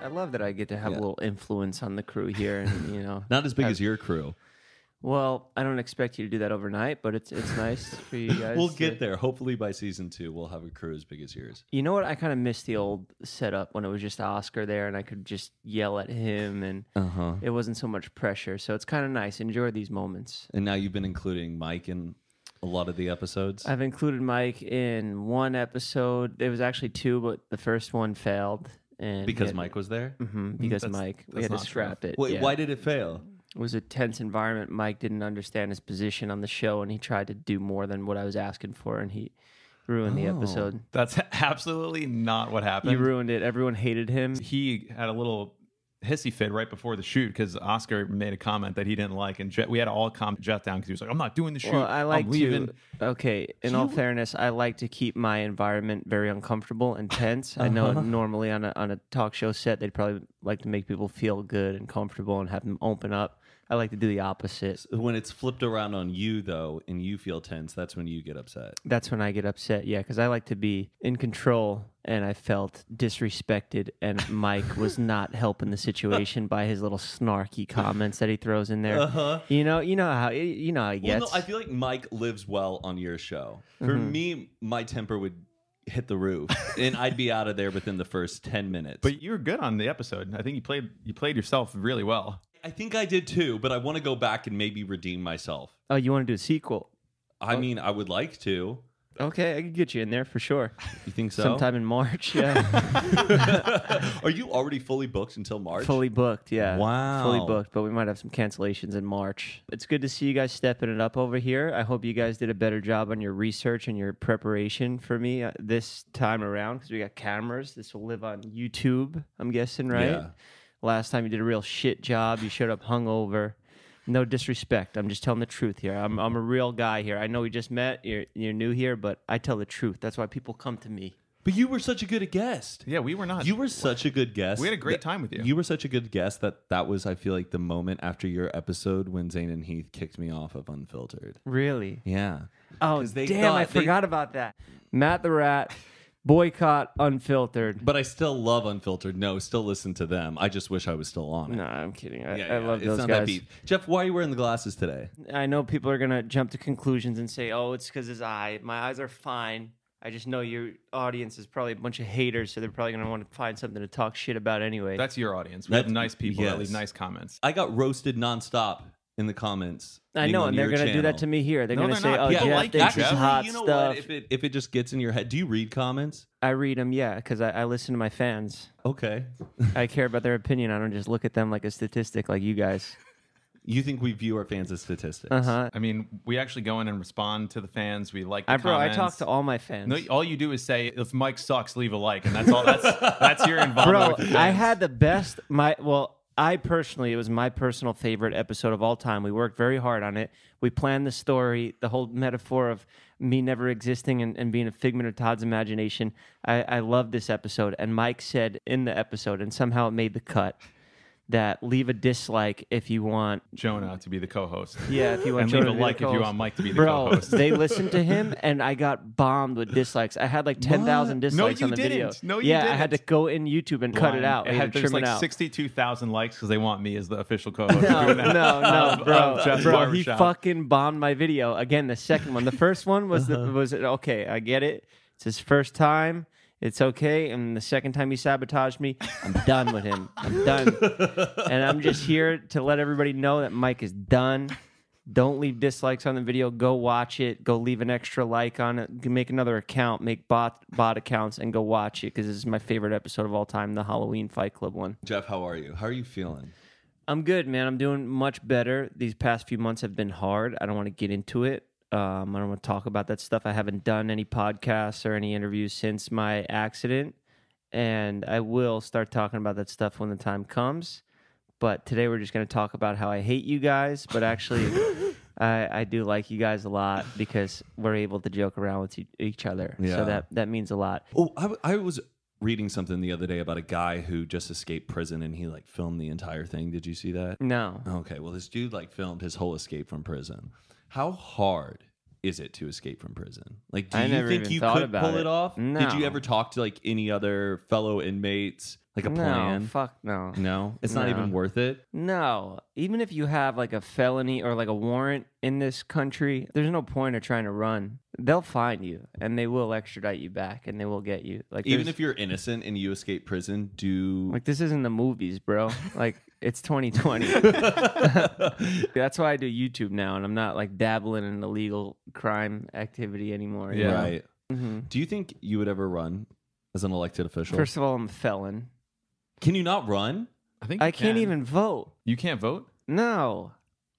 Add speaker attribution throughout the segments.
Speaker 1: I love that I get to have a little influence on the crew here, and you know,
Speaker 2: Not as big as your crew.
Speaker 1: well, I don't expect you to do that overnight, but it's it's nice for you guys.
Speaker 2: We'll
Speaker 1: to-
Speaker 2: get there. Hopefully by season two, we'll have a crew as big as yours.
Speaker 1: You know what? I kind of miss the old setup when it was just Oscar there, and I could just yell at him, and
Speaker 2: huh.
Speaker 1: it wasn't so much pressure. So it's kind of nice. Enjoy these moments.
Speaker 2: And now you've been including Mike in a lot of the episodes.
Speaker 1: I've included Mike in one episode. It was actually two, but the first one failed, and
Speaker 2: because
Speaker 1: it-
Speaker 2: Mike Mm-hmm. was there.
Speaker 1: Mhm, because
Speaker 3: That's-
Speaker 1: Mike, we
Speaker 3: that's
Speaker 1: had to
Speaker 3: not
Speaker 1: scrap it.
Speaker 2: Wait,
Speaker 1: yeah.
Speaker 2: why did it fail?
Speaker 1: It was a tense environment. Mike didn't understand his position on the show, and he tried to do more than what I was asking for, and he ruined
Speaker 3: Oh,
Speaker 1: the episode.
Speaker 3: That's absolutely not what happened.
Speaker 1: He ruined it. Everyone hated him.
Speaker 3: he had a little hissy fit right before the shoot because Oscar made a comment that he didn't like, and Jet, we had to all calm Jet down because he was like, "I'm not doing the shoot. oh,
Speaker 1: Well, I like
Speaker 3: I'm leaving."
Speaker 1: to. Okay, in all fairness, I like to keep my environment very uncomfortable and tense. I know
Speaker 3: Uh-huh.
Speaker 1: normally on a on a talk show set, they'd probably like to make people feel good and comfortable and have them open up. I like to do the opposite.
Speaker 2: When it's flipped around on you though, and you feel tense, that's when you get upset.
Speaker 1: That's when I get upset. Yeah, because I like to be in control, and I felt disrespected. And Mike was not helping the situation by his little snarky comments that he throws in there. Uh-huh. You know, you know how you know how he
Speaker 2: Well,
Speaker 1: gets.
Speaker 2: no, I feel like Mike lives well on your show. For
Speaker 1: Mm-hmm.
Speaker 2: me, my temper would hit the roof, and I'd be out of there within the first ten minutes.
Speaker 3: But you were good on the episode. I think you played you played yourself really well.
Speaker 2: I think I did too. But I want to go back and maybe redeem myself.
Speaker 1: oh, you want to do a sequel?
Speaker 2: I
Speaker 1: Oh.
Speaker 2: mean, I would like to.
Speaker 1: Okay, I could get you in there for sure.
Speaker 2: You think so?
Speaker 1: Sometime in March, yeah.
Speaker 2: Are you already fully booked until March?
Speaker 1: Fully booked, yeah.
Speaker 2: Wow.
Speaker 1: Fully booked, but we might have some cancellations in March. It's good to see you guys stepping it up over here. I hope you guys did a better job on your research and your preparation for me uh, this time around because we got cameras. This will live on YouTube, I'm guessing, right?
Speaker 2: Yeah.
Speaker 1: Last time you did a real shit job. You showed up hungover. No disrespect. I'm just telling the truth here. I'm, I'm a real guy here. I know we just met. You're, you're new here, but I tell the truth. That's why people come to me.
Speaker 2: But you were such a good guest.
Speaker 3: Yeah, we were not.
Speaker 2: You were such a good guest.
Speaker 3: We had a great
Speaker 2: Th-
Speaker 3: time with you.
Speaker 2: You were such a good guest that that was, I feel like, the moment after your episode when Zayn and Heath kicked me off of Unfiltered.
Speaker 1: Really?
Speaker 2: Yeah.
Speaker 1: Oh,
Speaker 2: 'Cause they
Speaker 1: damn, I
Speaker 2: thought they-
Speaker 1: forgot about that. Matt the Rat, boycott unfiltered.
Speaker 2: But I still love Unfiltered. No, still listen to them. I just wish I was still on it.
Speaker 1: No, I'm kidding. I,
Speaker 2: Yeah,
Speaker 1: I
Speaker 2: yeah,
Speaker 1: love
Speaker 2: it's
Speaker 1: those
Speaker 2: not
Speaker 1: guys.
Speaker 2: that deep. Jeff, why are you wearing the glasses today?
Speaker 1: I know people are going to jump to conclusions and say, oh, it's because his eye. My eyes are fine. I just know your audience is probably a bunch of haters, so they're probably going to want to find something to talk shit about anyway.
Speaker 3: That's your audience. We
Speaker 2: That's-
Speaker 3: have nice people that leave
Speaker 2: yes.
Speaker 3: nice comments.
Speaker 2: I got roasted nonstop in the comments.
Speaker 1: I know,
Speaker 2: on
Speaker 1: and they're
Speaker 2: your
Speaker 1: going to do that
Speaker 2: channel.
Speaker 1: to me here. They're
Speaker 3: No,
Speaker 1: going to
Speaker 3: they're
Speaker 1: say,
Speaker 3: not.
Speaker 1: oh,
Speaker 3: People
Speaker 1: Jeff
Speaker 3: like
Speaker 1: thinks
Speaker 3: Jeff.
Speaker 1: it's hot
Speaker 2: you know
Speaker 1: stuff.
Speaker 2: what? If it if it just gets in your head, do you read comments?
Speaker 1: I read them, yeah, because I, I listen to my fans.
Speaker 2: Okay.
Speaker 1: I care about their opinion. I don't just look at them like a statistic like you guys.
Speaker 2: You think we view our fans as statistics?
Speaker 1: Uh huh.
Speaker 3: I mean, we actually go in and respond to the fans. We like. The
Speaker 1: I, bro, I
Speaker 3: comments.
Speaker 1: talk to all my fans.
Speaker 3: No, all you do is say if Mike sucks, leave a like, and that's all. That's that's your involvement.
Speaker 1: bro
Speaker 3: with the
Speaker 1: i
Speaker 3: fans.
Speaker 1: had the best my well i personally it was my personal favorite episode of all time we worked very hard on it we planned the story the whole metaphor of me never existing and, and being a figment of todd's imagination i, I love this episode and mike said in the episode and somehow it made the cut that leave a dislike if you want
Speaker 3: Jonah to be the co-host.
Speaker 1: yeah if you want
Speaker 3: and
Speaker 1: Jonah to
Speaker 3: leave a
Speaker 1: be the
Speaker 3: like if you
Speaker 1: co-host.
Speaker 3: want Mike to be the
Speaker 1: Bro,
Speaker 3: co-host.
Speaker 1: they listened to him, and I got bombed with dislikes. I had like ten thousand
Speaker 3: What? No,
Speaker 1: dislikes
Speaker 3: you
Speaker 1: on the video.
Speaker 3: didn't. No, you
Speaker 1: yeah, I had to
Speaker 3: didn't.
Speaker 1: go in YouTube and cut it
Speaker 3: Blind.
Speaker 1: out. I
Speaker 3: It
Speaker 1: had
Speaker 3: had
Speaker 1: to
Speaker 3: there's
Speaker 1: trim
Speaker 3: like
Speaker 1: it out.
Speaker 3: sixty-two thousand likes because they want me as the official co-host.
Speaker 1: no,
Speaker 3: doing that.
Speaker 1: no, no,
Speaker 3: Of-
Speaker 1: bro,
Speaker 3: of Jeff's
Speaker 1: bro. He
Speaker 3: Barbershop.
Speaker 1: fucking bombed my video again. The second one, the first one was
Speaker 3: Uh-huh.
Speaker 1: the was it okay? I get it. It's his first time. It's okay. And the second time he sabotaged me, I'm done with him. I'm done. and I'm just here to let everybody know that Mike is done. Don't leave dislikes on the video. Go watch it. Go leave an extra like on it. Make another account. Make bot bot accounts and go watch it because this is my favorite episode of all time, the Halloween Fight Club one.
Speaker 2: Jeff, how are you? How are you feeling?
Speaker 1: I'm good, man. I'm doing much better. These past few months have been hard. I don't want to get into it. Um, I don't want to talk about that stuff. I haven't done any podcasts or any interviews since my accident, and I will start talking about that stuff when the time comes. But today we're just going to talk about how I hate you guys, but actually, I, I do like you guys a lot because we're able to joke around with e- each other.
Speaker 2: Yeah.
Speaker 1: So that that means a lot.
Speaker 2: Oh, I, w- I was reading something the other day about a guy who just escaped prison and he like filmed the entire thing. Did you see that?
Speaker 1: No,
Speaker 2: Okay, well, this dude like filmed his whole escape from prison. How hard is it to escape from prison? Like, do
Speaker 1: I
Speaker 2: you
Speaker 1: never
Speaker 2: think
Speaker 1: even
Speaker 2: you
Speaker 1: thought
Speaker 2: could
Speaker 1: about
Speaker 2: pull it,
Speaker 1: it.
Speaker 2: off? Did you
Speaker 1: No.
Speaker 2: ever talk to like any other fellow inmates? Like a
Speaker 1: no,
Speaker 2: plan?
Speaker 1: fuck no.
Speaker 2: No, it's not
Speaker 1: No.
Speaker 2: even worth it.
Speaker 1: No, even if you have like a felony or like a warrant in this country, there's no point of trying to run. They'll find you and they will extradite you back and they will get you. Like
Speaker 2: Even
Speaker 1: there's-
Speaker 2: if you're innocent and you escape prison, do
Speaker 1: like this isn't the movies, bro. Like it's 2020. That's why I do YouTube now, and I'm not like dabbling in illegal crime activity anymore. you
Speaker 3: Yeah.
Speaker 1: know?
Speaker 2: right.
Speaker 1: Mhm.
Speaker 2: Do you think you would ever run as an elected official?
Speaker 1: First of all, I'm a felon.
Speaker 2: Can you not run?
Speaker 3: I think
Speaker 1: I
Speaker 3: you
Speaker 1: can't
Speaker 3: can.
Speaker 1: even vote.
Speaker 3: You can't vote.
Speaker 1: No.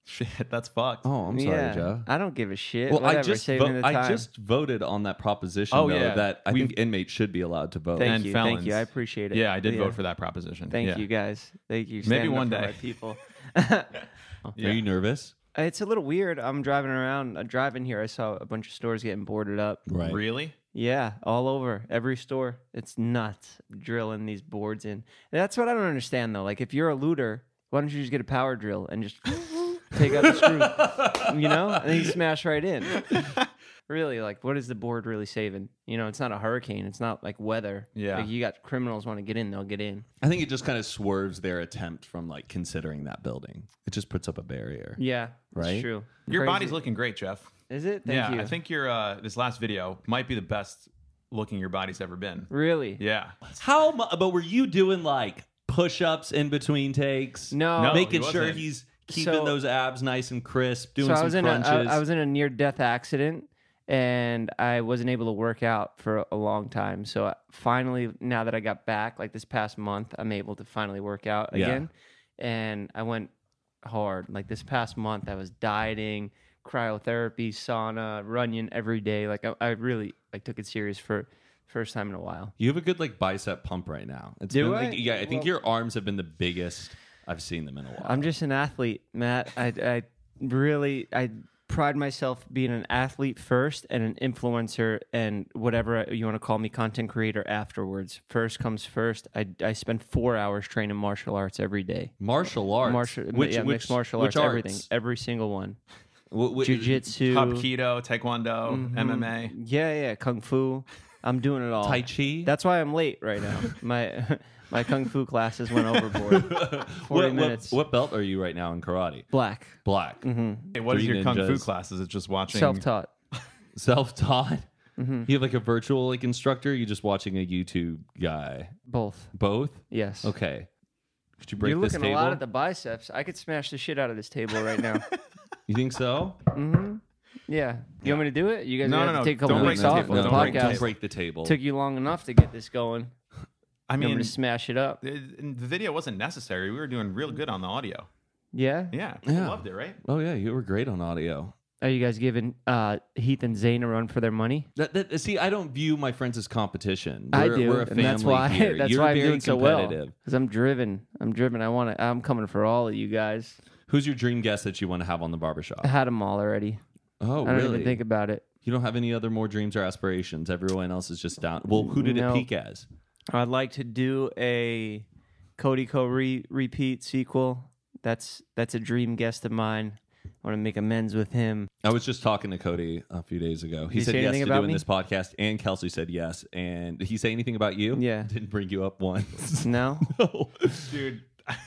Speaker 3: Shit, that's fucked.
Speaker 2: Oh, I'm sorry,
Speaker 1: yeah.
Speaker 2: Joe.
Speaker 1: I don't give a shit.
Speaker 2: Well, I
Speaker 1: Whatever,
Speaker 2: just
Speaker 1: save
Speaker 2: vo-
Speaker 1: me the
Speaker 2: I
Speaker 1: time.
Speaker 2: just voted on that proposition
Speaker 3: Oh,
Speaker 2: though,
Speaker 3: yeah.
Speaker 2: that I
Speaker 3: We've-
Speaker 2: think inmates should be allowed to vote.
Speaker 1: Thank
Speaker 3: and
Speaker 1: you, thank
Speaker 3: felons.
Speaker 1: you. I appreciate it.
Speaker 3: Yeah, I did vote for that proposition.
Speaker 1: Thank
Speaker 3: Yeah.
Speaker 1: you guys. Thank you.
Speaker 3: Maybe
Speaker 1: Standing up
Speaker 3: one
Speaker 1: for
Speaker 3: day.
Speaker 1: my people.
Speaker 2: Are
Speaker 3: Yeah.
Speaker 2: you nervous?
Speaker 1: it's a little weird. I'm driving around. I drive in here. I saw a bunch of stores getting boarded up.
Speaker 2: Right.
Speaker 3: Really?
Speaker 1: Yeah, all over every store. It's nuts drilling these boards in. That's what I don't understand though. Like if you're a looter, why don't you just get a power drill and just take out the screw, you know, and then you smash right in. really, like what is the board really saving? You know, it's not a hurricane. It's not like weather.
Speaker 3: Yeah.
Speaker 1: like, you got criminals want to get in, they'll get in.
Speaker 2: I think it just kind of swerves their attempt from like considering that building. It just puts up a barrier.
Speaker 1: Yeah, it's
Speaker 2: Right?
Speaker 1: true.
Speaker 3: Your
Speaker 1: Crazy.
Speaker 3: body's looking great, Jeff.
Speaker 1: Is it? Thank
Speaker 3: yeah,
Speaker 1: you.
Speaker 3: I think your uh, this last video might be the best looking your body's ever been.
Speaker 1: really.
Speaker 3: Yeah.
Speaker 2: How? Mu- but were you doing like push-ups in between takes?
Speaker 1: No,
Speaker 3: No,
Speaker 2: making
Speaker 3: he
Speaker 2: sure
Speaker 3: wasn't.
Speaker 2: he's keeping
Speaker 1: So-
Speaker 2: those abs nice and crisp, doing
Speaker 1: so
Speaker 2: some
Speaker 1: I was in
Speaker 2: crunches.
Speaker 1: A, I, I was in a near death accident and I wasn't able to work out for a long time. So I- finally, now that I got back, like this past month, I'm able to finally work out
Speaker 2: Yeah.
Speaker 1: again. And I went hard. Like this past month, I was dieting, cryotherapy, sauna, runyon every day. Like I, I really like took it serious for first time in a while.
Speaker 2: you have a good like bicep pump right now. It's
Speaker 1: Do
Speaker 2: been,
Speaker 1: I?
Speaker 2: like- yeah, I think
Speaker 1: Well-
Speaker 2: your arms have been the biggest I've seen them in a while.
Speaker 1: I'm just an athlete, Matt. I, I really I pride myself being an athlete first and an influencer and whatever you want to call me, content creator afterwards. First comes first. I, I spend four hours training martial arts every day.
Speaker 2: martial arts.
Speaker 1: Martial,
Speaker 2: which,
Speaker 1: yeah,
Speaker 2: which
Speaker 1: mixed martial
Speaker 2: which
Speaker 1: arts, everything,
Speaker 2: arts?
Speaker 1: every single one.
Speaker 2: Wh- wh-
Speaker 1: Jiu-jitsu,
Speaker 3: Top keto,
Speaker 1: Mm-hmm.
Speaker 3: taekwondo, MMA.
Speaker 1: yeah, yeah, kung fu. I'm doing it all.
Speaker 2: Tai Chi.
Speaker 1: That's why I'm late right now. My my kung fu classes went overboard. Forty
Speaker 2: what, what,
Speaker 1: minutes. Mm-hmm.
Speaker 2: what belt are you right now in karate?
Speaker 1: Black,
Speaker 2: Black.
Speaker 3: Hey, what is
Speaker 2: Three
Speaker 3: your kung fu
Speaker 2: ninjas.
Speaker 3: class? Is it just watching?
Speaker 1: self-taught.
Speaker 2: Self-taught.
Speaker 1: Mm-hmm.
Speaker 2: You have like a virtual like instructor. You're just watching a YouTube guy.
Speaker 1: Both.
Speaker 2: Both.
Speaker 1: Yes.
Speaker 2: Okay. Could you break
Speaker 1: You're
Speaker 2: this
Speaker 1: looking
Speaker 2: table?
Speaker 1: a lot at the biceps. I could smash the shit out of this table right now.
Speaker 2: you think so?
Speaker 1: yeah. You want me to do it? You guys
Speaker 3: No,
Speaker 1: are gonna
Speaker 3: no,
Speaker 1: have
Speaker 3: no.
Speaker 1: to take a couple
Speaker 3: Don't break
Speaker 1: weeks
Speaker 3: the
Speaker 1: off
Speaker 3: table.
Speaker 1: of the
Speaker 2: Don't break,
Speaker 1: podcast.
Speaker 2: don't break the table.
Speaker 1: Took you long enough to get this going.
Speaker 3: I
Speaker 1: I mean,
Speaker 3: mean,
Speaker 1: to smash it up.
Speaker 3: the the video wasn't necessary. We were doing real good on the audio.
Speaker 1: Yeah.
Speaker 3: Yeah, people
Speaker 2: Yeah.
Speaker 3: loved it, right?
Speaker 2: oh yeah, you were great on audio.
Speaker 1: Are you guys giving uh, Heath and Zane a run for their money?
Speaker 2: That, that, see, I don't view my friends as competition.
Speaker 1: I
Speaker 2: We're-
Speaker 1: do,
Speaker 2: We're a
Speaker 1: and
Speaker 2: family
Speaker 1: that's why
Speaker 2: here.
Speaker 1: that's
Speaker 2: You're
Speaker 1: why I'm
Speaker 2: very
Speaker 1: doing so well.
Speaker 2: competitive.
Speaker 1: Because I'm driven. I'm driven. I want to. I'm coming for all of you guys.
Speaker 2: Who's your dream guest that you want to have on the barbershop?
Speaker 1: I had them all already.
Speaker 2: Oh,
Speaker 1: I don't
Speaker 2: really?
Speaker 1: even think about it.
Speaker 2: you don't have any other more dreams or aspirations. Everyone else is just down. Well, who did
Speaker 1: No.
Speaker 2: it peak as?
Speaker 1: I'd like to do a Cody Co re- repeat sequel. That's that's a dream guest of mine. I want to make amends with him.
Speaker 2: I was just talking to Cody a few days ago. He
Speaker 1: he
Speaker 2: said
Speaker 1: say
Speaker 2: yes
Speaker 1: anything
Speaker 2: to
Speaker 1: about
Speaker 2: doing
Speaker 1: me?
Speaker 2: this podcast, and Kelsey said yes. And did he say anything about you?
Speaker 1: Yeah.
Speaker 2: Didn't bring you up once.
Speaker 1: No,
Speaker 2: No.
Speaker 3: dude.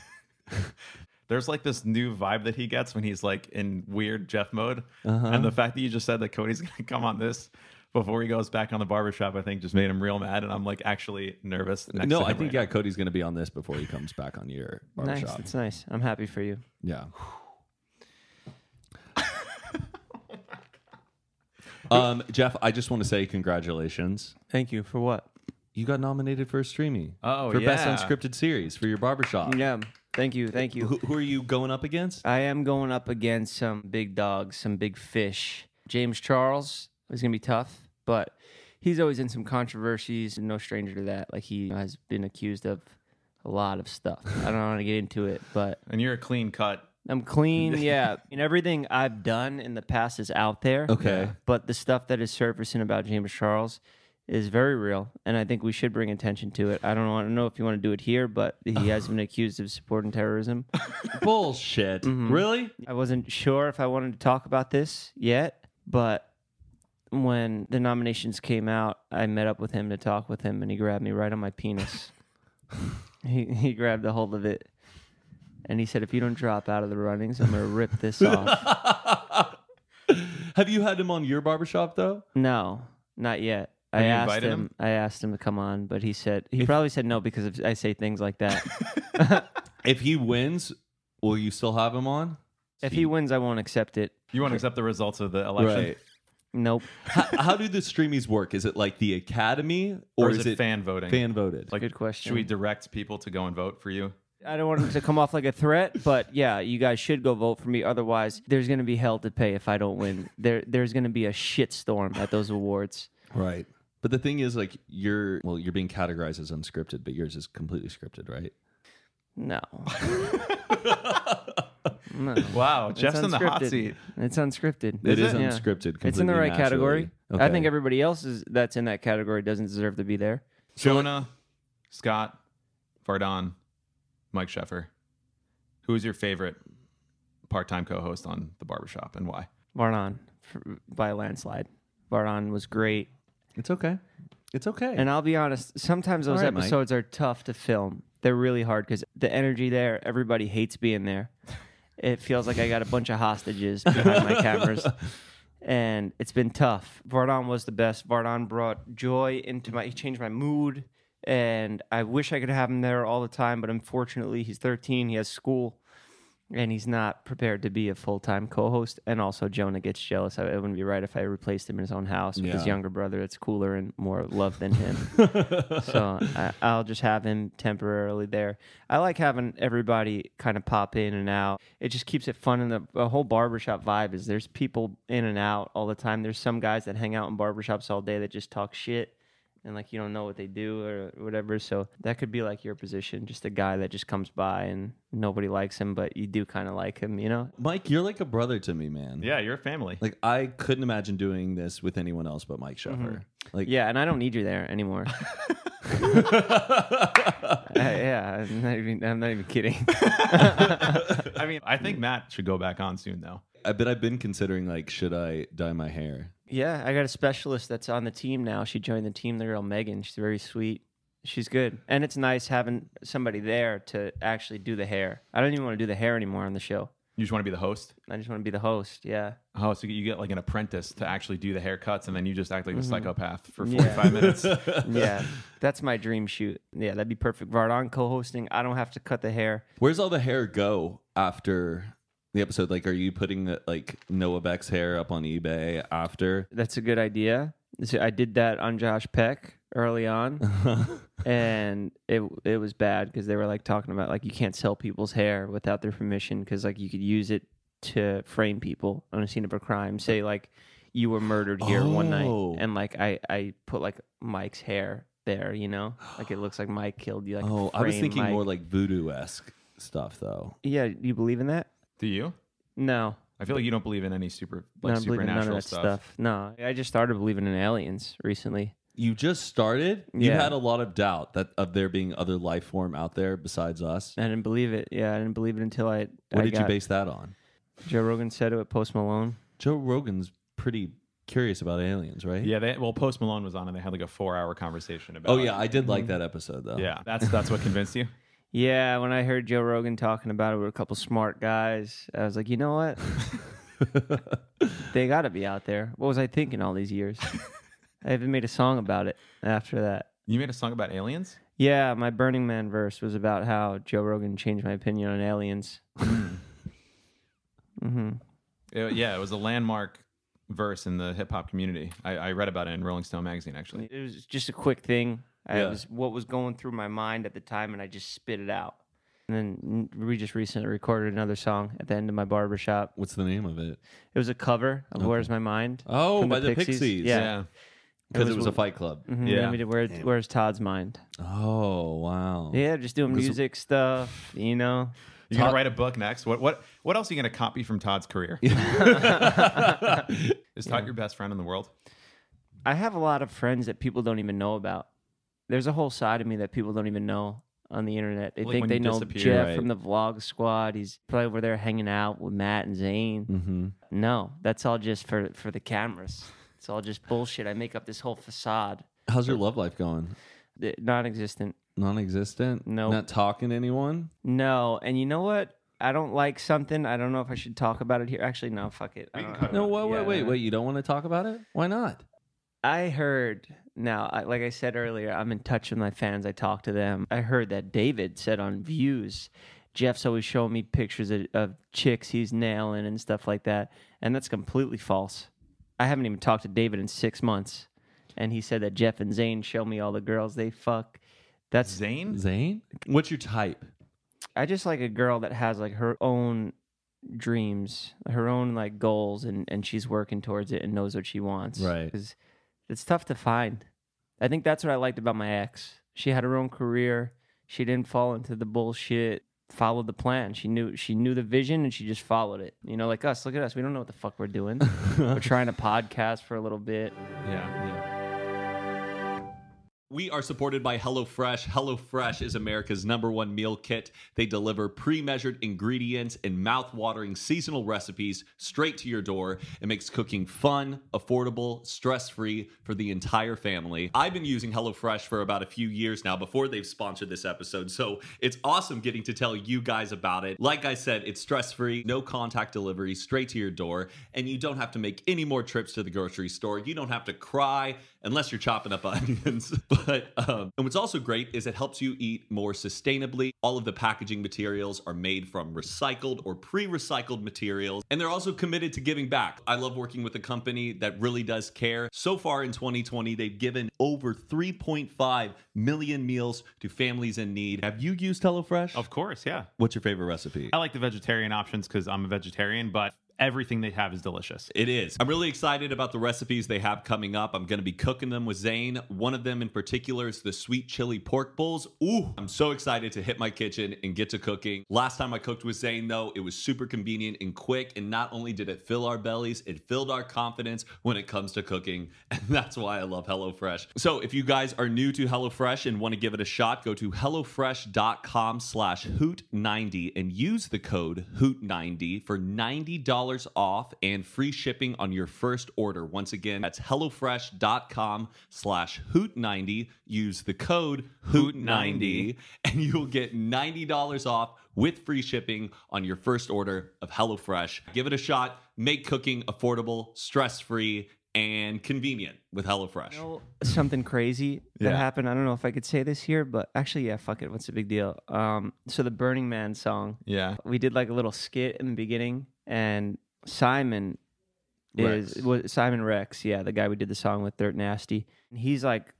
Speaker 3: There's like this new vibe that he gets when he's like in weird Jeff mode, and the fact that you just said that Cody's gonna come on this before he goes back on the barbershop, I think just made him real mad, and I'm like actually nervous. Next
Speaker 2: no,
Speaker 3: to him
Speaker 2: I think,
Speaker 3: right
Speaker 2: yeah, Cody's going to be on this before he comes back on your
Speaker 1: nice.
Speaker 2: barbershop.
Speaker 1: It's nice. I'm happy for you.
Speaker 2: Yeah. um, Jeff, I just want to say congratulations.
Speaker 1: Thank you for what?
Speaker 2: You got nominated for a streaming.
Speaker 3: Oh,
Speaker 2: For Best
Speaker 3: yeah.
Speaker 2: Unscripted Series for your barbershop.
Speaker 1: Yeah. Thank you. Thank you.
Speaker 2: Who, who are you going up against?
Speaker 1: I am going up against some big dogs, some big fish. James Charles is going to be tough, but he's always in some controversies. No stranger to that. Like he has been accused of a lot of stuff. I don't want to get into it, but
Speaker 3: now. and you're a clean cut.
Speaker 1: I'm clean. Yeah. and everything I've done in the past is out there.
Speaker 2: Okay.
Speaker 1: But the stuff that is surfacing about James Charles is very real. And I think we should bring attention to it. I don't want to know if you want to do it here, but he has been accused of supporting terrorism.
Speaker 2: Bullshit. Really?
Speaker 1: I wasn't sure if I wanted to talk about this yet, but when the nominations came out, I met up with him to talk with him and he grabbed me right on my penis. He he grabbed a hold of it, and he said, "If you don't drop out of the runnings, I'm gonna rip this off."
Speaker 2: Have you had him on your barbershop though?
Speaker 1: no, not yet. I
Speaker 3: you
Speaker 1: asked
Speaker 3: invited
Speaker 1: him,
Speaker 3: him?
Speaker 1: I asked him to come on, but he said he probably said no because if I say things like that.
Speaker 2: If he wins, will you still have him on?
Speaker 1: if he wins, I won't accept it.
Speaker 3: You won't accept the results of the election,
Speaker 1: Nope.
Speaker 2: how, how do the streamies work? Is it like the academy
Speaker 3: or, is, it, fan voting?
Speaker 2: fan voted?
Speaker 3: like,
Speaker 1: Good question.
Speaker 3: Should we direct people to go and vote for you?
Speaker 1: I don't want him to come off like a threat, but yeah, you guys should go vote for me. Otherwise, there's going to be hell to pay if I don't win. There, there's going to be a shitstorm at those awards.
Speaker 2: right. But the thing is, like, you're well, you're being categorized as unscripted, but yours is completely scripted, right?
Speaker 1: No. no.
Speaker 3: Wow,
Speaker 1: It's
Speaker 3: Jeff's in the hot
Speaker 1: unscripted.
Speaker 3: seat.
Speaker 1: It's unscripted.
Speaker 2: It is
Speaker 1: Yeah.
Speaker 2: unscripted.
Speaker 1: It's in the
Speaker 2: completely
Speaker 1: right
Speaker 2: naturally.
Speaker 1: category. I
Speaker 2: Okay.
Speaker 1: think everybody else is that's in that category doesn't deserve to be there.
Speaker 3: Jonah, Scott, Vardon, Mike Sheffer. Who is your favorite part-time co-host on the barbershop and why?
Speaker 1: Varnon for- by a landslide. Varnon was great.
Speaker 2: it's okay. It's okay.
Speaker 1: And I'll be honest, sometimes those
Speaker 2: All right, Mike.
Speaker 1: episodes are tough to film. They're really hard because the energy there, everybody hates being there. It feels like I got a bunch of hostages behind my cameras. And it's been tough. Vardon was the best. Vardon brought joy into my, he changed my mood. And I wish I could have him there all the time, but unfortunately, he's 13, he has school, and he's not prepared to be a full time co host. And also, Jonah gets jealous. I- It wouldn't be right if I replaced him in his own house with his
Speaker 2: Yeah.
Speaker 1: younger brother that's cooler and more loved than him so I, I'll just have him temporarily there. I like having everybody kind of pop in and out. It just keeps it fun, and the, the whole barbershop vibe is there's people in and out all the time. There's some guys that hang out in barbershops all day that just talk shit. And like you don't know what they do or whatever, so that could be like your position, just a guy that just comes by and nobody likes him, but you do kind of like him, you know?
Speaker 2: Mike, you're like a brother to me, man.
Speaker 3: Yeah, you're a family.
Speaker 2: Like I couldn't imagine doing this with anyone else but Mike Sheffer. Like
Speaker 1: Yeah, and I don't need you there anymore. I- yeah, I'm not even, I'm not even kidding.
Speaker 3: I mean, I think Matt should go back on soon though.
Speaker 2: I bet I've been considering like should I dye my hair?
Speaker 1: Yeah, I got a specialist that's on the team now. She joined the team, the girl Megan. She's very sweet. She's good. And it's nice having somebody there to actually do the hair. I don't even want to do the hair anymore on the show.
Speaker 3: You just want to be the host.
Speaker 1: I just want to be the host. Yeah.
Speaker 3: Oh, so you get like an apprentice to actually do the haircuts, and then you just act like a psychopath for
Speaker 1: Mm-hmm. Yeah.
Speaker 3: 45 minutes.
Speaker 1: Yeah. that's my dream shoot. Yeah, that'd be perfect. Vardon co hosting. I don't have to cut the hair.
Speaker 2: Where's all the hair go after the episode? Like, are you putting the, like Noah Beck's hair up on eBay after?
Speaker 1: That's a good idea. So I did that on Josh Peck early on. and it it was bad because they were like talking about like you can't sell people's hair without their permission because like you could use it to frame people on a scene of a crime. Say like you were murdered here one
Speaker 2: Oh.
Speaker 1: night, and like I I put like Mike's hair there, you know, like it looks like Mike killed you. Like
Speaker 2: oh, I was
Speaker 1: frame
Speaker 2: thinking
Speaker 1: Mike.
Speaker 2: more like voodoo esque stuff though.
Speaker 1: yeah. You believe in that?
Speaker 3: do you?
Speaker 1: No,
Speaker 3: I feel like you don't believe in any super
Speaker 1: no, I
Speaker 3: like
Speaker 1: don't believe in none of
Speaker 3: supernatural
Speaker 1: that
Speaker 3: stuff.
Speaker 1: stuff. No, I just started believing in aliens recently.
Speaker 2: You just started. You
Speaker 1: Yeah.
Speaker 2: had a lot of doubt that of there being other life form out there besides us.
Speaker 1: I didn't believe it. Yeah, I didn't believe it until I. I
Speaker 2: What did you
Speaker 1: got-
Speaker 2: base that on?
Speaker 1: Joe Rogan said it with Post Malone.
Speaker 2: Joe Rogan's pretty curious about aliens, right?
Speaker 3: Yeah, they, well, Post Malone was on, and they had like a four-hour conversation about.
Speaker 2: Oh yeah, I did
Speaker 1: Mm-hmm.
Speaker 2: like that episode though.
Speaker 3: it. yeah. That's that's what convinced you.
Speaker 1: Yeah, when I heard Joe Rogan talking about it with a couple smart guys, I was like, you know what? they got to be out there. What was I thinking all these years? I even made a song about it after that.
Speaker 3: You made a song about aliens.
Speaker 1: Yeah, my Burning Man verse was about how Joe Rogan changed my opinion on aliens.
Speaker 3: It- yeah, it was a landmark verse in the hip hop community. I, I read about it in Rolling Stone magazine actually.
Speaker 1: It was just a quick thing. I
Speaker 2: Yeah.
Speaker 1: was what was going through my mind at the time, and I just spit it out. And then we just recently recorded another song at the end of my barbershop.
Speaker 2: What's the name of it?
Speaker 1: It was a cover of "Where's My Mind."
Speaker 2: Oh,
Speaker 1: From
Speaker 2: by the Pixies.
Speaker 1: Yeah,
Speaker 3: yeah.
Speaker 2: Because
Speaker 1: was
Speaker 2: it was a
Speaker 1: one-
Speaker 2: Fight Club.
Speaker 1: Mhm,
Speaker 3: Yeah.
Speaker 1: then we did Where, Where's Todd's Mind?
Speaker 2: Oh wow.
Speaker 1: Yeah, just doing music stuff, you know.
Speaker 3: You're gonna write a book next. What what what else are you gonna copy from Todd's career? Is Todd your best friend in the world?
Speaker 1: I have a lot of friends that people don't even know about. There's a whole side of me that people don't even know on the internet. They
Speaker 3: Like
Speaker 1: think
Speaker 3: when
Speaker 1: they
Speaker 3: you
Speaker 1: know
Speaker 3: disappear,
Speaker 1: Jeff
Speaker 2: right?
Speaker 1: from the Vlog Squad. He's probably over there hanging out with Matt and Zane.
Speaker 2: Mm-hmm.
Speaker 1: No, that's all just for for the cameras. It's all just bullshit. I make up this whole facade.
Speaker 2: How's your love life going?
Speaker 1: Eh, Non-existent.
Speaker 2: Non-existent.
Speaker 1: No.
Speaker 2: Not talking to anyone.
Speaker 1: No, and you know what? I don't like something. I don't know if I should talk about it here. Actually, no. Fuck it. I
Speaker 3: We can
Speaker 1: don't-
Speaker 3: cut it
Speaker 2: No. Wait.
Speaker 1: Yeah.
Speaker 2: Wait. Wait. Wait. You don't want to talk about it? Why not?
Speaker 1: I heard now, I, like I said earlier, I'm in touch with my fans. I talk to them. I heard that David said on Views, Jeff's always showing me pictures of, of chicks he's nailing and stuff like that. And that's completely false. I haven't even talked to David in six months. And he said that Jeff and Zane show me all the girls they fuck. That's,
Speaker 3: Zane?
Speaker 2: Zane. What's your type?
Speaker 1: I just like a girl that has like her own dreams, her own like goals, and, and she's working towards it and knows what she wants.
Speaker 2: Right.
Speaker 1: 'Cause it's tough to find. I think that's what I liked about my ex. She had her own career. She didn't fall into the bullshit. Followed the plan. She knew she knew the vision, and she just followed it. You know, like us. Look at us. We don't know what the fuck we're doing. we're trying to podcast for a little bit.
Speaker 3: Yeah.
Speaker 2: We are supported by HelloFresh. HelloFresh is America's number one meal kit. They deliver pre measured ingredients and mouth watering seasonal recipes straight to your door. It makes cooking fun, affordable, stress free for the entire family. I've been using HelloFresh for about a few years now before they've sponsored this episode, so it's awesome getting to tell you guys about it. Like I said, it's stress free, no contact delivery, straight to your door, and you don't have to make any more trips to the grocery store. You don't have to cry unless you're chopping up onions. but um, and what's also great is it helps you eat more sustainably. All of the packaging materials are made from recycled or pre-recycled materials, and they're also committed to giving back. I love working with a company that really does care. So far in 2020, they've given over 3.5 million meals to families in need. Have you used HelloFresh?
Speaker 3: Of course, yeah.
Speaker 2: What's your favorite recipe?
Speaker 3: I like the vegetarian options because I'm a vegetarian, but everything they have is delicious.
Speaker 2: It is. I'm really excited about the recipes they have coming up. I'm going to be cooking them with Zane. One of them in particular is the sweet chili pork bowls. Ooh, I'm so excited to hit my kitchen and get to cooking. Last time I cooked with Zane, though, it was super convenient and quick. And not only did it fill our bellies, it filled our confidence when it comes to cooking. And that's why I love HelloFresh. So if you guys are new to HelloFresh and want to give it a shot, go to HelloFresh.com slash Hoot90 and use the code Hoot90 for $90 off and free shipping on your first order. Once again, that's HelloFresh.com slash Hoot90. Use the code Hoot90 and you'll get $90 off with free shipping on your first order of HelloFresh. Give it a shot. Make cooking affordable, stress-free, and convenient with HelloFresh.
Speaker 1: You know, something crazy that
Speaker 2: Yeah.
Speaker 1: happened. I don't know if I could say this here, but actually, yeah, fuck it. What's the big deal? Um, so the Burning Man song.
Speaker 3: Yeah.
Speaker 1: we did like a little skit in the beginning, and Simon is
Speaker 2: Rex.
Speaker 1: was Simon Rex, yeah, the guy we did the song with, Dirt Nasty. He's like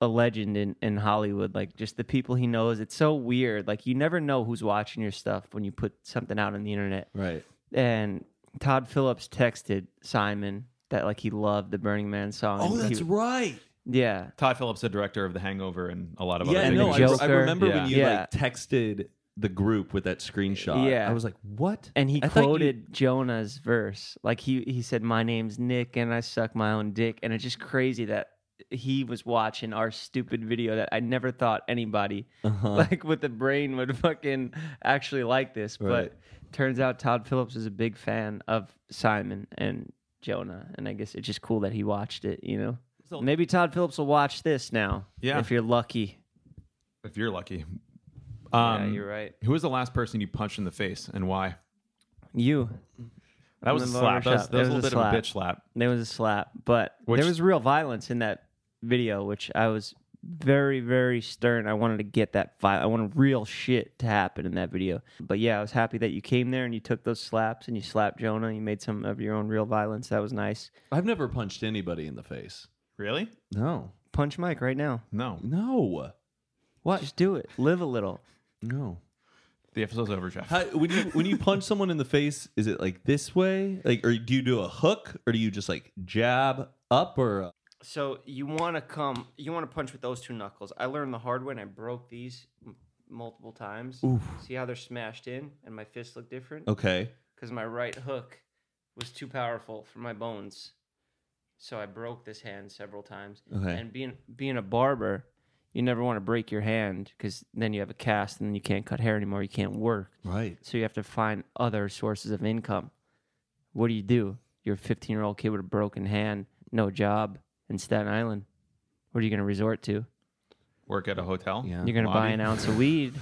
Speaker 1: a legend in in Hollywood, like just the people he knows. It's so weird, like you never know who's watching your stuff when you put something out on the internet.
Speaker 2: Right.
Speaker 1: And Todd Phillips texted Simon that like he loved the Burning Man song.
Speaker 2: Oh,
Speaker 1: and he-
Speaker 2: that's right.
Speaker 1: yeah.
Speaker 3: Todd Phillips, the director of The Hangover and a lot of
Speaker 2: Yeah,
Speaker 3: other
Speaker 1: And
Speaker 2: no,
Speaker 1: the
Speaker 2: I,
Speaker 3: things.
Speaker 2: I
Speaker 1: Joker.
Speaker 2: remember
Speaker 3: Yeah.
Speaker 2: when you
Speaker 1: Yeah.
Speaker 2: like texted the group with that screenshot.
Speaker 1: Yeah.
Speaker 2: I was like, what?
Speaker 1: And he
Speaker 2: I thought you-
Speaker 1: quoted Jonah's verse. Like he he said, "My name's Nick, and I suck my own dick." And it's just crazy that he was watching our stupid video that I never thought anybody
Speaker 2: Uh-huh.
Speaker 1: like with the brain would fucking actually like this.
Speaker 2: Right.
Speaker 1: But turns out Todd Phillips is a big fan of Simon and Jonah, and I guess it's just cool that he watched it. You know,
Speaker 3: So-
Speaker 1: maybe Todd Phillips will watch this now.
Speaker 3: Yeah.
Speaker 1: if you're lucky.
Speaker 3: If you're lucky.
Speaker 1: yeah,
Speaker 3: Um,
Speaker 1: you're right.
Speaker 3: Who was the last person you punched in the face and why?
Speaker 1: You.
Speaker 3: That was a
Speaker 1: Remember
Speaker 3: slap. That was,
Speaker 1: shot.
Speaker 3: that was a
Speaker 1: It
Speaker 3: little
Speaker 1: was
Speaker 3: bit
Speaker 1: a
Speaker 3: of a
Speaker 1: slap.
Speaker 3: bitch slap.
Speaker 1: There was a slap, but
Speaker 3: Which-
Speaker 1: there was real violence in that video, which I was very, very stern. I wanted to get that file. I wanted real shit to happen in that video. But yeah, I was happy that you came there and you took those slaps and you slapped Jonah. You made some of your own real violence. That was nice.
Speaker 2: I've never punched anybody in the face.
Speaker 3: Really?
Speaker 2: No.
Speaker 1: Punch Mike right now.
Speaker 3: No.
Speaker 2: No.
Speaker 1: What? Just do it. Live a little.
Speaker 2: No.
Speaker 3: The episode's over, Jeff.
Speaker 2: How, when you when you punch someone in the face, is it like this way? Like, or do you do a hook, or do you just like jab up, or
Speaker 1: So you want to come? You want to punch with those two knuckles? I learned the hard way, and I broke these m- multiple times. See how they're smashed in, and my fists look different.
Speaker 2: okay?
Speaker 1: because my right hook was too powerful for my bones. So I broke this hand several times.
Speaker 2: Okay.
Speaker 1: And being being a barber, you never want to break your hand because then you have a cast and then you can't cut hair anymore. You can't work.
Speaker 2: Right.
Speaker 1: So you have to find other sources of income. What do you do? You're a 15 year old kid with a broken hand, no job in Staten Island. What are you going to resort to?
Speaker 3: work at a hotel.
Speaker 2: Yeah.
Speaker 1: You're gonna buy
Speaker 3: Lobby.
Speaker 1: an ounce of weed,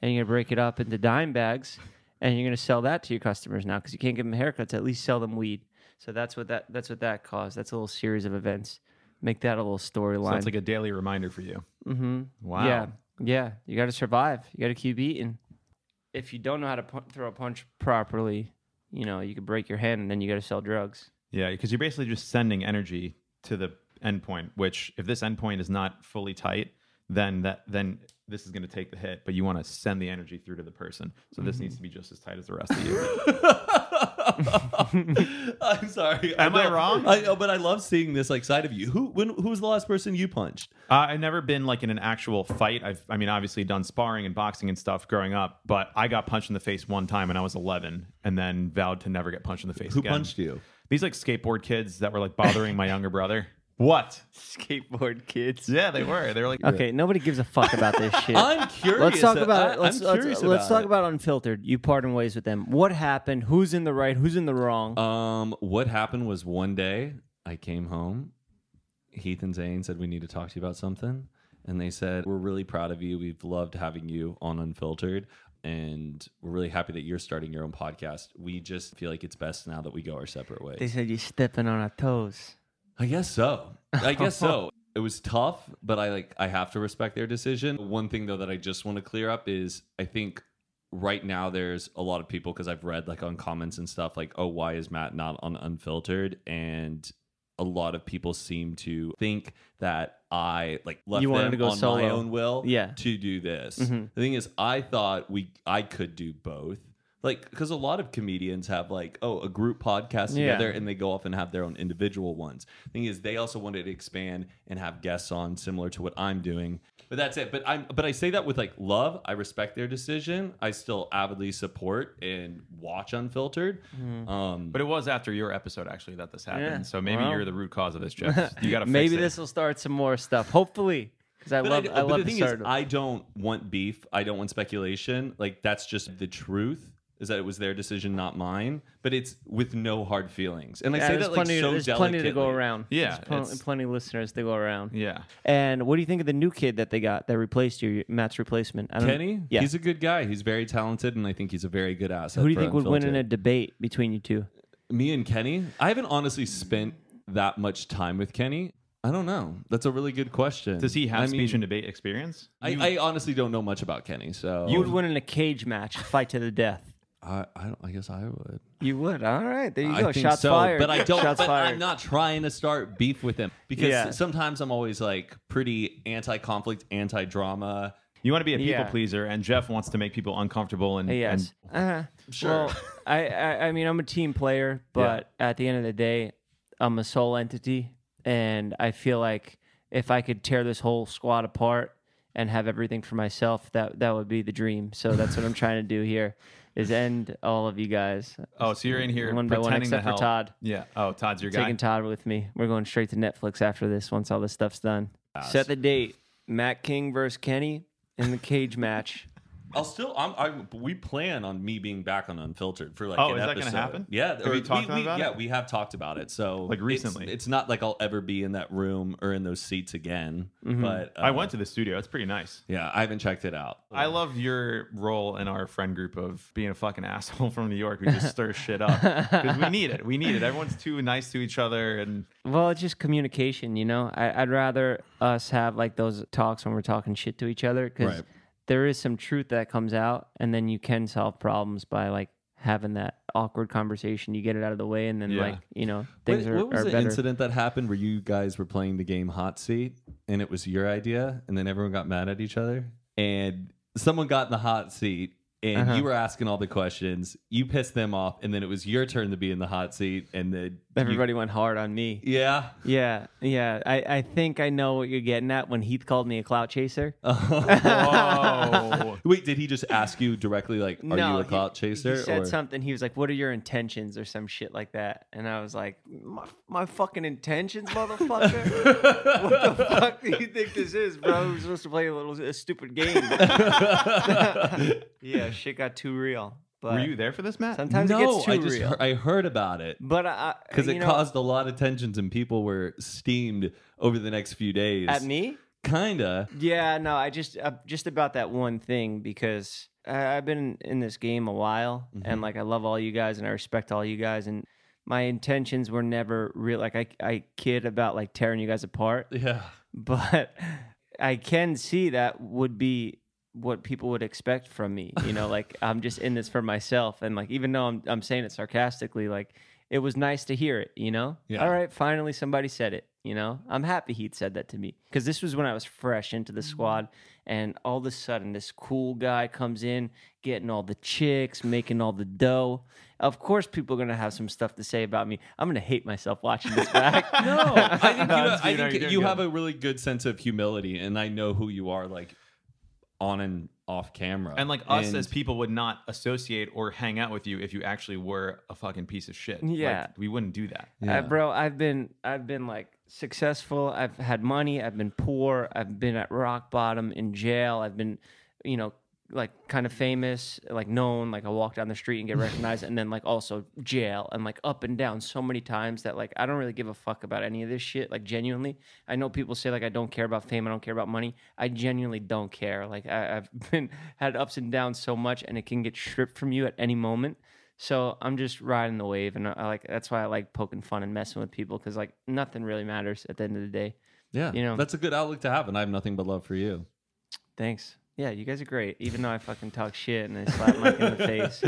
Speaker 1: and you're gonna break it up into dime bags, and you're gonna sell that to your customers now because you can't give them haircuts. At least sell them weed. So that's what that that's what that caused. That's a little series of events. Make that a little
Speaker 3: So
Speaker 1: storyline.
Speaker 3: it's like a daily reminder for you.
Speaker 1: mm-hmm.
Speaker 3: Wow.
Speaker 1: Yeah, yeah. You got to survive. You got to keep eating. If you don't know how to pu- throw a punch properly, you know you could break your hand, and then you got to sell drugs.
Speaker 3: Yeah, because you're basically just sending energy to the endpoint, which if this endpoint is not fully tight, then that then this is going to take the hit, but you want to send the energy through to the person. So this
Speaker 2: Mm-hmm.
Speaker 3: needs to be just as tight as the rest of you.
Speaker 2: I'm sorry.
Speaker 3: Am I
Speaker 2: love-
Speaker 3: wrong?
Speaker 2: I know, but I love seeing this like side of you. Who when who was the last person you punched?
Speaker 3: uh, I've never been like in an actual fight. I've I mean obviously done sparring and boxing and stuff growing up, but I got punched in the face one time when I was 11 and then vowed to never get punched in the face
Speaker 2: Who
Speaker 3: again.
Speaker 2: punched you?
Speaker 3: These like skateboard kids that were like bothering my younger brother. What?
Speaker 1: Skateboard kids.
Speaker 3: Yeah, they were. They were like
Speaker 1: Okay, nobody gives a fuck about this shit.
Speaker 2: I'm curious.
Speaker 1: Let's talk
Speaker 2: I-
Speaker 1: about it.
Speaker 2: I'm
Speaker 1: Let's, let's,
Speaker 2: curious
Speaker 1: let's talk
Speaker 2: it.
Speaker 1: about unfiltered. You parting ways with them. What happened? Who's in the right? Who's in the wrong?
Speaker 2: Um, what happened was one day I came home. Heath and Zane said we need to talk to you about something, and they said we're really proud of you. We've loved having you on Unfiltered, and we're really happy that you're starting your own podcast. We just feel like it's best now that we go our separate ways.
Speaker 1: they said you're stepping on our toes.
Speaker 2: I guess so. I guess so. It was tough, but I like I have to respect their decision. One thing though that I just want to clear up is I think right now there's a lot of people because I've read like on comments and stuff like, "Oh, why is Matt not on unfiltered?" and a lot of people seem to think that I like left
Speaker 1: You wanted
Speaker 2: them
Speaker 1: to go
Speaker 2: on my
Speaker 1: solo.
Speaker 2: own will
Speaker 1: Yeah.
Speaker 2: to do this.
Speaker 1: Mhm.
Speaker 2: The thing is, I thought we I could do both. Like, because a lot of comedians have like, oh, a group podcast
Speaker 1: Yeah.
Speaker 2: together, and they go off and have their own individual ones. Thing is, they also wanted to expand and have guests on similar to what I'm doing. But that's it. But I'm but I say that with like love. I respect their decision. I still avidly support and watch Unfiltered.
Speaker 1: Mm-hmm.
Speaker 2: Um,
Speaker 3: But it was after your episode actually that this happened.
Speaker 1: Yeah.
Speaker 3: So maybe
Speaker 1: Well.
Speaker 3: you're the root cause of this, Jeff. You got to
Speaker 1: Maybe
Speaker 3: it.
Speaker 1: this will start some more stuff. Hopefully, because I
Speaker 2: But
Speaker 1: love
Speaker 2: d-
Speaker 1: I,
Speaker 2: but
Speaker 1: love
Speaker 2: the
Speaker 1: the
Speaker 2: thing
Speaker 1: start.
Speaker 2: is, I don't want beef. I don't want speculation. Like that's just the truth. Is that it was their decision, not mine. But it's with no hard feelings. And I
Speaker 1: Yeah,
Speaker 2: say
Speaker 1: there's
Speaker 2: that like
Speaker 1: plenty,
Speaker 2: so
Speaker 1: there's
Speaker 2: delicately.
Speaker 1: plenty to go around.
Speaker 3: Yeah,
Speaker 1: there's plenty,
Speaker 3: it's-
Speaker 1: plenty of listeners to go around.
Speaker 3: Yeah.
Speaker 1: And what do you think of the new kid that they got that replaced you, Matt's replacement? I don't,
Speaker 2: Kenny,
Speaker 1: yeah.
Speaker 2: he's a good guy. He's very talented, and I think he's a very good asset.
Speaker 1: Who do you
Speaker 2: for
Speaker 1: think would win in a
Speaker 2: Unfiltered.
Speaker 1: debate between you two?
Speaker 2: Me and Kenny. I haven't honestly spent that much time with Kenny. I don't know. That's a really good question.
Speaker 3: Does he have
Speaker 2: I mean,
Speaker 3: speech and debate experience?
Speaker 2: I, I honestly don't know much about Kenny, so
Speaker 1: You would win in a cage match, fight to the death.
Speaker 2: I, I, don't, I guess I would.
Speaker 1: You would. All right, there you
Speaker 2: I
Speaker 1: go.
Speaker 2: think
Speaker 1: Shots
Speaker 2: so,
Speaker 1: fired.
Speaker 2: but I don't.
Speaker 1: Shots
Speaker 2: but
Speaker 1: fired.
Speaker 2: I'm not trying to start beef with him because
Speaker 1: Yeah.
Speaker 2: sometimes I'm always like pretty anti-conflict, anti-drama.
Speaker 3: You want to be a people
Speaker 1: Yeah.
Speaker 3: pleaser, and Jeff wants to make people uncomfortable. And,
Speaker 1: Yes.
Speaker 3: and
Speaker 1: Uh,
Speaker 2: Sure.
Speaker 1: Well, I, I, I mean, I'm a team player, but at the end of the day, I'm a sole entity, and I feel like if I could tear this whole squad apart and have everything for myself, that that would be the dream. So that's what I'm trying to do here, is end all of you guys.
Speaker 3: oh, so you're in here
Speaker 1: One by one,
Speaker 3: pretending
Speaker 1: except
Speaker 3: to
Speaker 1: for
Speaker 3: help.
Speaker 1: Todd.
Speaker 3: Yeah. Oh, Todd's your guy.
Speaker 1: Taking Todd with me. We're going straight to Netflix after this. Once all this stuff's done, set the date: Matt King versus Kenny in the cage match.
Speaker 2: I'll still. I'm. I, we plan on me being back on Unfiltered for like.
Speaker 3: Oh,
Speaker 2: an
Speaker 3: is that gonna
Speaker 2: episode.
Speaker 3: happen?
Speaker 2: Yeah.
Speaker 3: Have we talked
Speaker 2: we,
Speaker 3: about
Speaker 2: Yeah,
Speaker 3: it?
Speaker 2: we have talked about it. So
Speaker 3: Like
Speaker 2: it's-
Speaker 3: recently.
Speaker 2: it's, not like I'll ever be in that room or in those seats again. But uh,
Speaker 3: Mm-hmm. I went to the studio. It's pretty nice.
Speaker 2: Yeah, I haven't checked it out.
Speaker 3: I love your role in our friend group of being a fucking asshole from New York who just stirs shit up because we need it. We need it. Everyone's too nice to each other, and
Speaker 1: Well, it's just communication, you know. I, I'd rather us have like those talks when we're talking shit to each other because
Speaker 2: Right.
Speaker 1: there is some truth that comes out, and then you can solve problems by like having that awkward conversation. You get it out of the way, and then
Speaker 3: Yeah.
Speaker 1: like you know things
Speaker 2: what,
Speaker 1: are,
Speaker 2: what was
Speaker 1: are
Speaker 2: the
Speaker 1: better.
Speaker 2: incident that happened where you guys were playing the game hot seat and it was your idea and then everyone got mad at each other and someone got in the hot seat and
Speaker 1: Uh-huh.
Speaker 2: you were asking all the questions you pissed them off and then it was your turn to be in the hot seat and then you-
Speaker 1: Everybody went hard on me.
Speaker 2: yeah
Speaker 1: Yeah, yeah. I, I think I know what you're getting at when Heath called me a clout chaser.
Speaker 3: whoa.
Speaker 2: wait did he just ask you directly like are you a
Speaker 1: he-
Speaker 2: clout chaser
Speaker 1: He said
Speaker 2: or
Speaker 1: something. He was like, "What are your intentions?" or some shit like that. And I was like, "My, my fucking intentions, motherfucker! what the fuck do you think this is, bro? We're supposed to play a little a stupid game." yeah, shit got too real. But
Speaker 3: were you there for this, Matt?
Speaker 1: sometimes it
Speaker 2: no
Speaker 1: gets too
Speaker 2: i just
Speaker 1: real.
Speaker 2: heard, i heard about it
Speaker 1: But I
Speaker 2: because
Speaker 1: you
Speaker 2: it
Speaker 1: know,
Speaker 2: caused a lot of tensions and people were steamed over the next few days
Speaker 1: at me.
Speaker 2: Kinda.
Speaker 1: Yeah, no, I just uh, just about that one thing because I, I've been in this game a while, and like I love all you guys, and I respect all you guys, and my intentions were never real. Like I, I kid about like tearing you guys apart,
Speaker 2: Yeah.
Speaker 1: but I can see that would be what people would expect from me. You know, like I'm just in this for myself, and like even though I'm I'm saying it sarcastically, like it was nice to hear it. You know,
Speaker 2: Yeah.
Speaker 1: all right, finally somebody said it. You know, I'm happy he'd said that to me because this was when I was fresh into
Speaker 2: Mm-hmm.
Speaker 1: the squad, and all of a sudden this cool guy comes in, getting all the chicks, making all the dough. Of course, people are gonna have some stuff to say about me. I'm gonna hate myself watching this back.
Speaker 2: No, I think you,
Speaker 3: No, it's
Speaker 2: I
Speaker 3: good. No,
Speaker 2: think
Speaker 3: you're doing
Speaker 2: you
Speaker 3: good.
Speaker 2: have a really good sense of humility, and I know who you are, like on and off camera.
Speaker 3: And like us
Speaker 2: And-
Speaker 3: as people would not associate or hang out with you if you actually were a fucking piece of shit. Like,
Speaker 1: Yeah.
Speaker 3: we wouldn't do that.
Speaker 1: Uh, bro, I've been I've been like successful. I've had money. I've been poor. I've been at rock bottom in jail. I've been, you know, like kind of famous, like known. Like I walk down the street and get recognized, and then like also jail and like up and down so many times that like I don't really give a fuck about any of this shit. Like genuinely, I know people say like I don't care about fame. I don't care about money. I genuinely don't care. Like I, I've been had ups and downs so much, and it can get stripped from you at any moment. So I'm just riding the wave, and I, I like that's why I like poking fun and messing with people because like nothing really matters at the end of the day.
Speaker 2: yeah,
Speaker 1: you know-
Speaker 2: that's a good outlook to have, and I have nothing but love for you.
Speaker 1: Thanks. Yeah, you guys are great. Even though I fucking talk shit and I slap Mike in the face.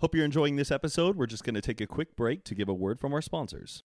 Speaker 4: Hope you're enjoying this episode. We're just going to take a quick break to give a word from our sponsors.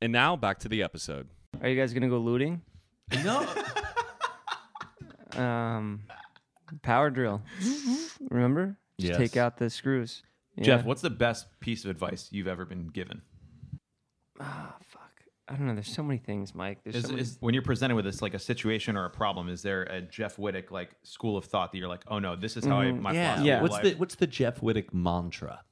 Speaker 2: And now back to the episode.
Speaker 1: Are you guys gonna go looting?
Speaker 2: No,
Speaker 1: Um, power drill. Remember? Just
Speaker 2: Yes.
Speaker 1: take out the screws. Yeah.
Speaker 3: Jeff, what's the best piece of advice you've ever been given?
Speaker 1: Fuck. I don't know. There's so many things, Mike. There's
Speaker 3: Is,
Speaker 1: so many-
Speaker 3: is- when you're presented with this like a situation or a problem, is there a Jeff Wittick like school of thought that you're like, oh no, this is how I my
Speaker 1: Mm, yeah.
Speaker 3: philosophy
Speaker 1: Yeah.
Speaker 3: of
Speaker 2: what's
Speaker 3: life-
Speaker 2: the what's the Jeff Wittick mantra?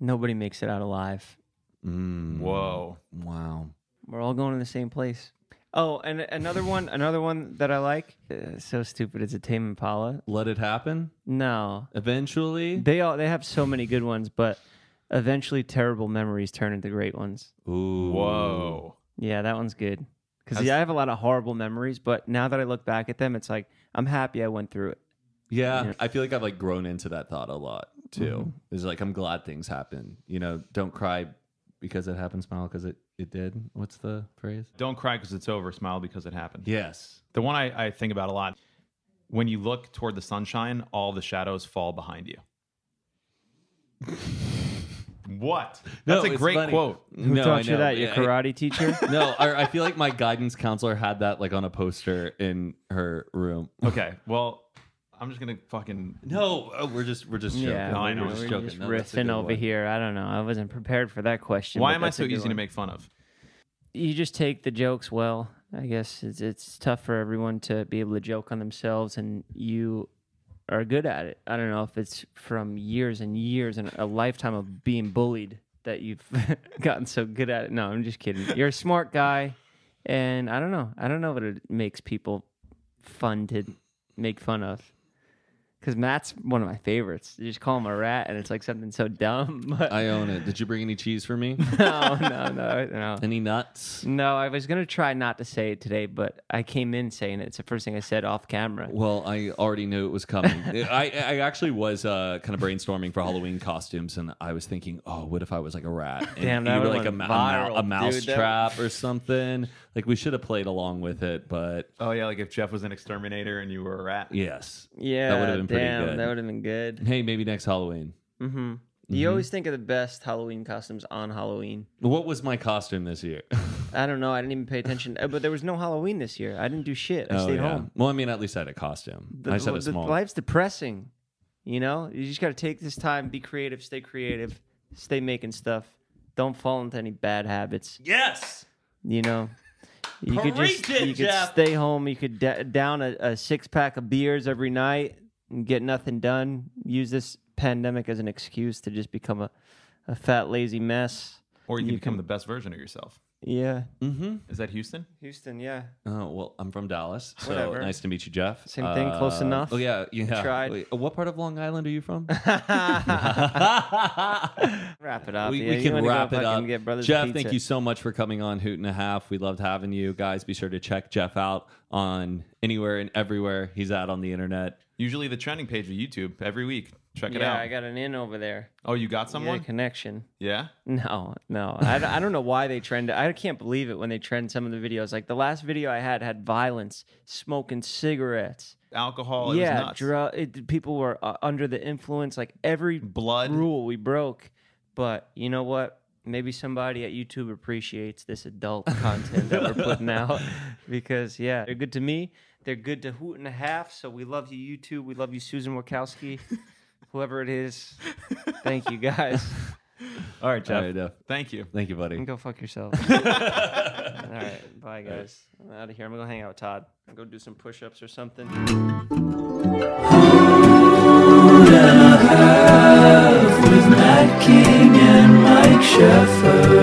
Speaker 1: nobody makes it out alive.
Speaker 3: whoa?
Speaker 2: Wow.
Speaker 1: We're all going to the same place. Oh, and another one, another one that I like. Uh, so stupid. It's a Tame Impala.
Speaker 2: Let it happen
Speaker 1: No,
Speaker 2: eventually.
Speaker 1: They all they have so many good ones, but eventually terrible memories turn into great ones.
Speaker 2: Ooh.
Speaker 3: Whoa.
Speaker 1: Yeah, that one's good. Because
Speaker 3: How's-
Speaker 1: yeah, I have a lot of horrible memories, but now that I look back at them, it's like I'm happy I went through it.
Speaker 2: Yeah, I feel like I've like grown into that thought a lot too. Is like I'm glad things happen. You know, don't cry because it happened, smile because it it did. What's the phrase?
Speaker 3: Don't cry because it's over, smile because it happened.
Speaker 2: Yes.
Speaker 3: The one I, I think about a lot. When you look toward the sunshine, all the shadows fall behind you. what? That's
Speaker 2: No,
Speaker 3: a
Speaker 2: it's
Speaker 3: great
Speaker 2: funny.
Speaker 3: quote.
Speaker 1: Who
Speaker 2: no, I
Speaker 1: taught you
Speaker 2: know.
Speaker 1: that? Your
Speaker 2: I-
Speaker 1: karate teacher?
Speaker 2: no, I, I feel like my guidance counselor had that like on a poster in her room.
Speaker 3: Okay. Well, I'm just gonna fucking
Speaker 2: No, oh, we're just we're just joking.
Speaker 1: yeah,
Speaker 3: No, I
Speaker 1: we
Speaker 3: know.
Speaker 1: were-
Speaker 2: We're just
Speaker 1: we
Speaker 2: joking.
Speaker 1: were just
Speaker 2: No, that's a
Speaker 1: riffing
Speaker 2: good
Speaker 1: over
Speaker 2: one.
Speaker 1: here. I don't know. I wasn't prepared for that question.
Speaker 3: Why
Speaker 1: but
Speaker 3: am I
Speaker 1: that's a
Speaker 3: so
Speaker 1: good
Speaker 3: easy to
Speaker 1: one.
Speaker 3: make fun of?
Speaker 1: You just take the jokes well. I guess it's it's tough for everyone to be able to joke on themselves, and you are good at it. I don't know if it's from years and years and a lifetime of being bullied that you've gotten so good at it. No, I'm just kidding. You're a smart guy, and I don't know. I don't know what it makes people fun to make fun of. because Matt's one of my favorites. You just call him a rat, and it's like something so dumb. But
Speaker 2: I own it. Did you bring any cheese for me?
Speaker 1: no, no, no, no.
Speaker 2: any nuts?
Speaker 1: No, I was gonna try not to say it today, but I came in saying it. It's the first thing I said off camera.
Speaker 2: Well, I already knew it was coming. I, I actually was uh, kind of brainstorming for Halloween costumes, and I was thinking, oh, what if I was like a rat? And
Speaker 1: Damn,
Speaker 2: you
Speaker 1: that
Speaker 2: were
Speaker 1: would've
Speaker 2: like a,
Speaker 1: went
Speaker 2: ma- a ma-
Speaker 1: viral,
Speaker 2: a mouse
Speaker 1: dude. That-
Speaker 2: trap or something. Like we should have played along with it, but
Speaker 3: Oh yeah, like if Jeff was an exterminator and you were a rat.
Speaker 2: yes,
Speaker 1: Yeah,
Speaker 2: that would have been pretty
Speaker 1: damn,
Speaker 2: good.
Speaker 1: That would have been good.
Speaker 2: Hey, maybe next Halloween.
Speaker 1: Mm-hmm. You always think of the best Halloween costumes on Halloween.
Speaker 2: What was my costume this year?
Speaker 1: I don't know. I didn't even pay attention, Uh, but there was no Halloween this year. I didn't do shit. I
Speaker 2: Oh,
Speaker 1: stayed
Speaker 2: yeah.
Speaker 1: home.
Speaker 2: Well, I mean, at least I had a costume. I just had a
Speaker 1: the
Speaker 2: small.
Speaker 1: life's depressing. You know, you just got to take this time, be creative, stay creative, stay making stuff. Don't fall into any bad habits.
Speaker 2: Yes.
Speaker 1: You know, you could just
Speaker 2: Preach it,
Speaker 1: you
Speaker 2: Jeff.
Speaker 1: could stay home. You could d- down a, a six pack of beers every night and get nothing done. Use this pandemic as an excuse to just become a, a fat lazy mess.
Speaker 3: Or you, can become the best version of yourself.
Speaker 1: Yeah,
Speaker 2: Mm-hmm.
Speaker 3: Is that Houston?
Speaker 1: Houston. Yeah,
Speaker 2: Oh well, I'm from Dallas, so
Speaker 1: Whatever.
Speaker 2: nice to meet you, Jeff.
Speaker 1: Same thing, close enough.
Speaker 2: Oh yeah, yeah.
Speaker 1: tried.
Speaker 2: Wait, what part of Long Island are you from?
Speaker 1: wrap it up.
Speaker 2: we,
Speaker 1: yeah,
Speaker 2: we
Speaker 1: you
Speaker 2: can
Speaker 1: wanna go
Speaker 2: wrap it
Speaker 1: fucking
Speaker 2: up.
Speaker 1: Get Brothers
Speaker 2: Jeff,
Speaker 1: Pizza.
Speaker 2: thank you so much for coming on Hoot and a Half. We loved having you guys. Be sure to check Jeff out on anywhere and everywhere he's at on the internet.
Speaker 3: Usually the trending page of YouTube every week. Check it
Speaker 1: Yeah,
Speaker 3: out.
Speaker 1: I got an in over there.
Speaker 3: oh, you got
Speaker 1: You Get
Speaker 3: someone?
Speaker 1: a connection.
Speaker 3: Yeah.
Speaker 1: No, no. I, d- I don't know why they trend. I can't believe it when they trend some of the videos. Like the last video I had had violence, smoking cigarettes.
Speaker 3: Alcohol. Oh, It was
Speaker 1: yeah,
Speaker 3: nuts.
Speaker 1: dru- it, people were uh, under the influence. Like every
Speaker 3: Blood.
Speaker 1: rule we broke. But you know what? Maybe somebody at YouTube appreciates this adult content that we're putting out because yeah, they're good to me. They're good to Hoot and a Half. So we love you, YouTube. We love you, Susan Wachowski, whoever it is. Thank you guys.
Speaker 3: All right, Jeff.
Speaker 2: All right, Jeff.
Speaker 3: Thank you.
Speaker 2: Thank you,
Speaker 1: And
Speaker 2: buddy.
Speaker 1: go fuck yourself. All right, bye guys. I'm out of here. I'm gonna go hang out with Todd. I'm gonna go do some push-ups or something.
Speaker 5: Matt King and Mike Sheffer.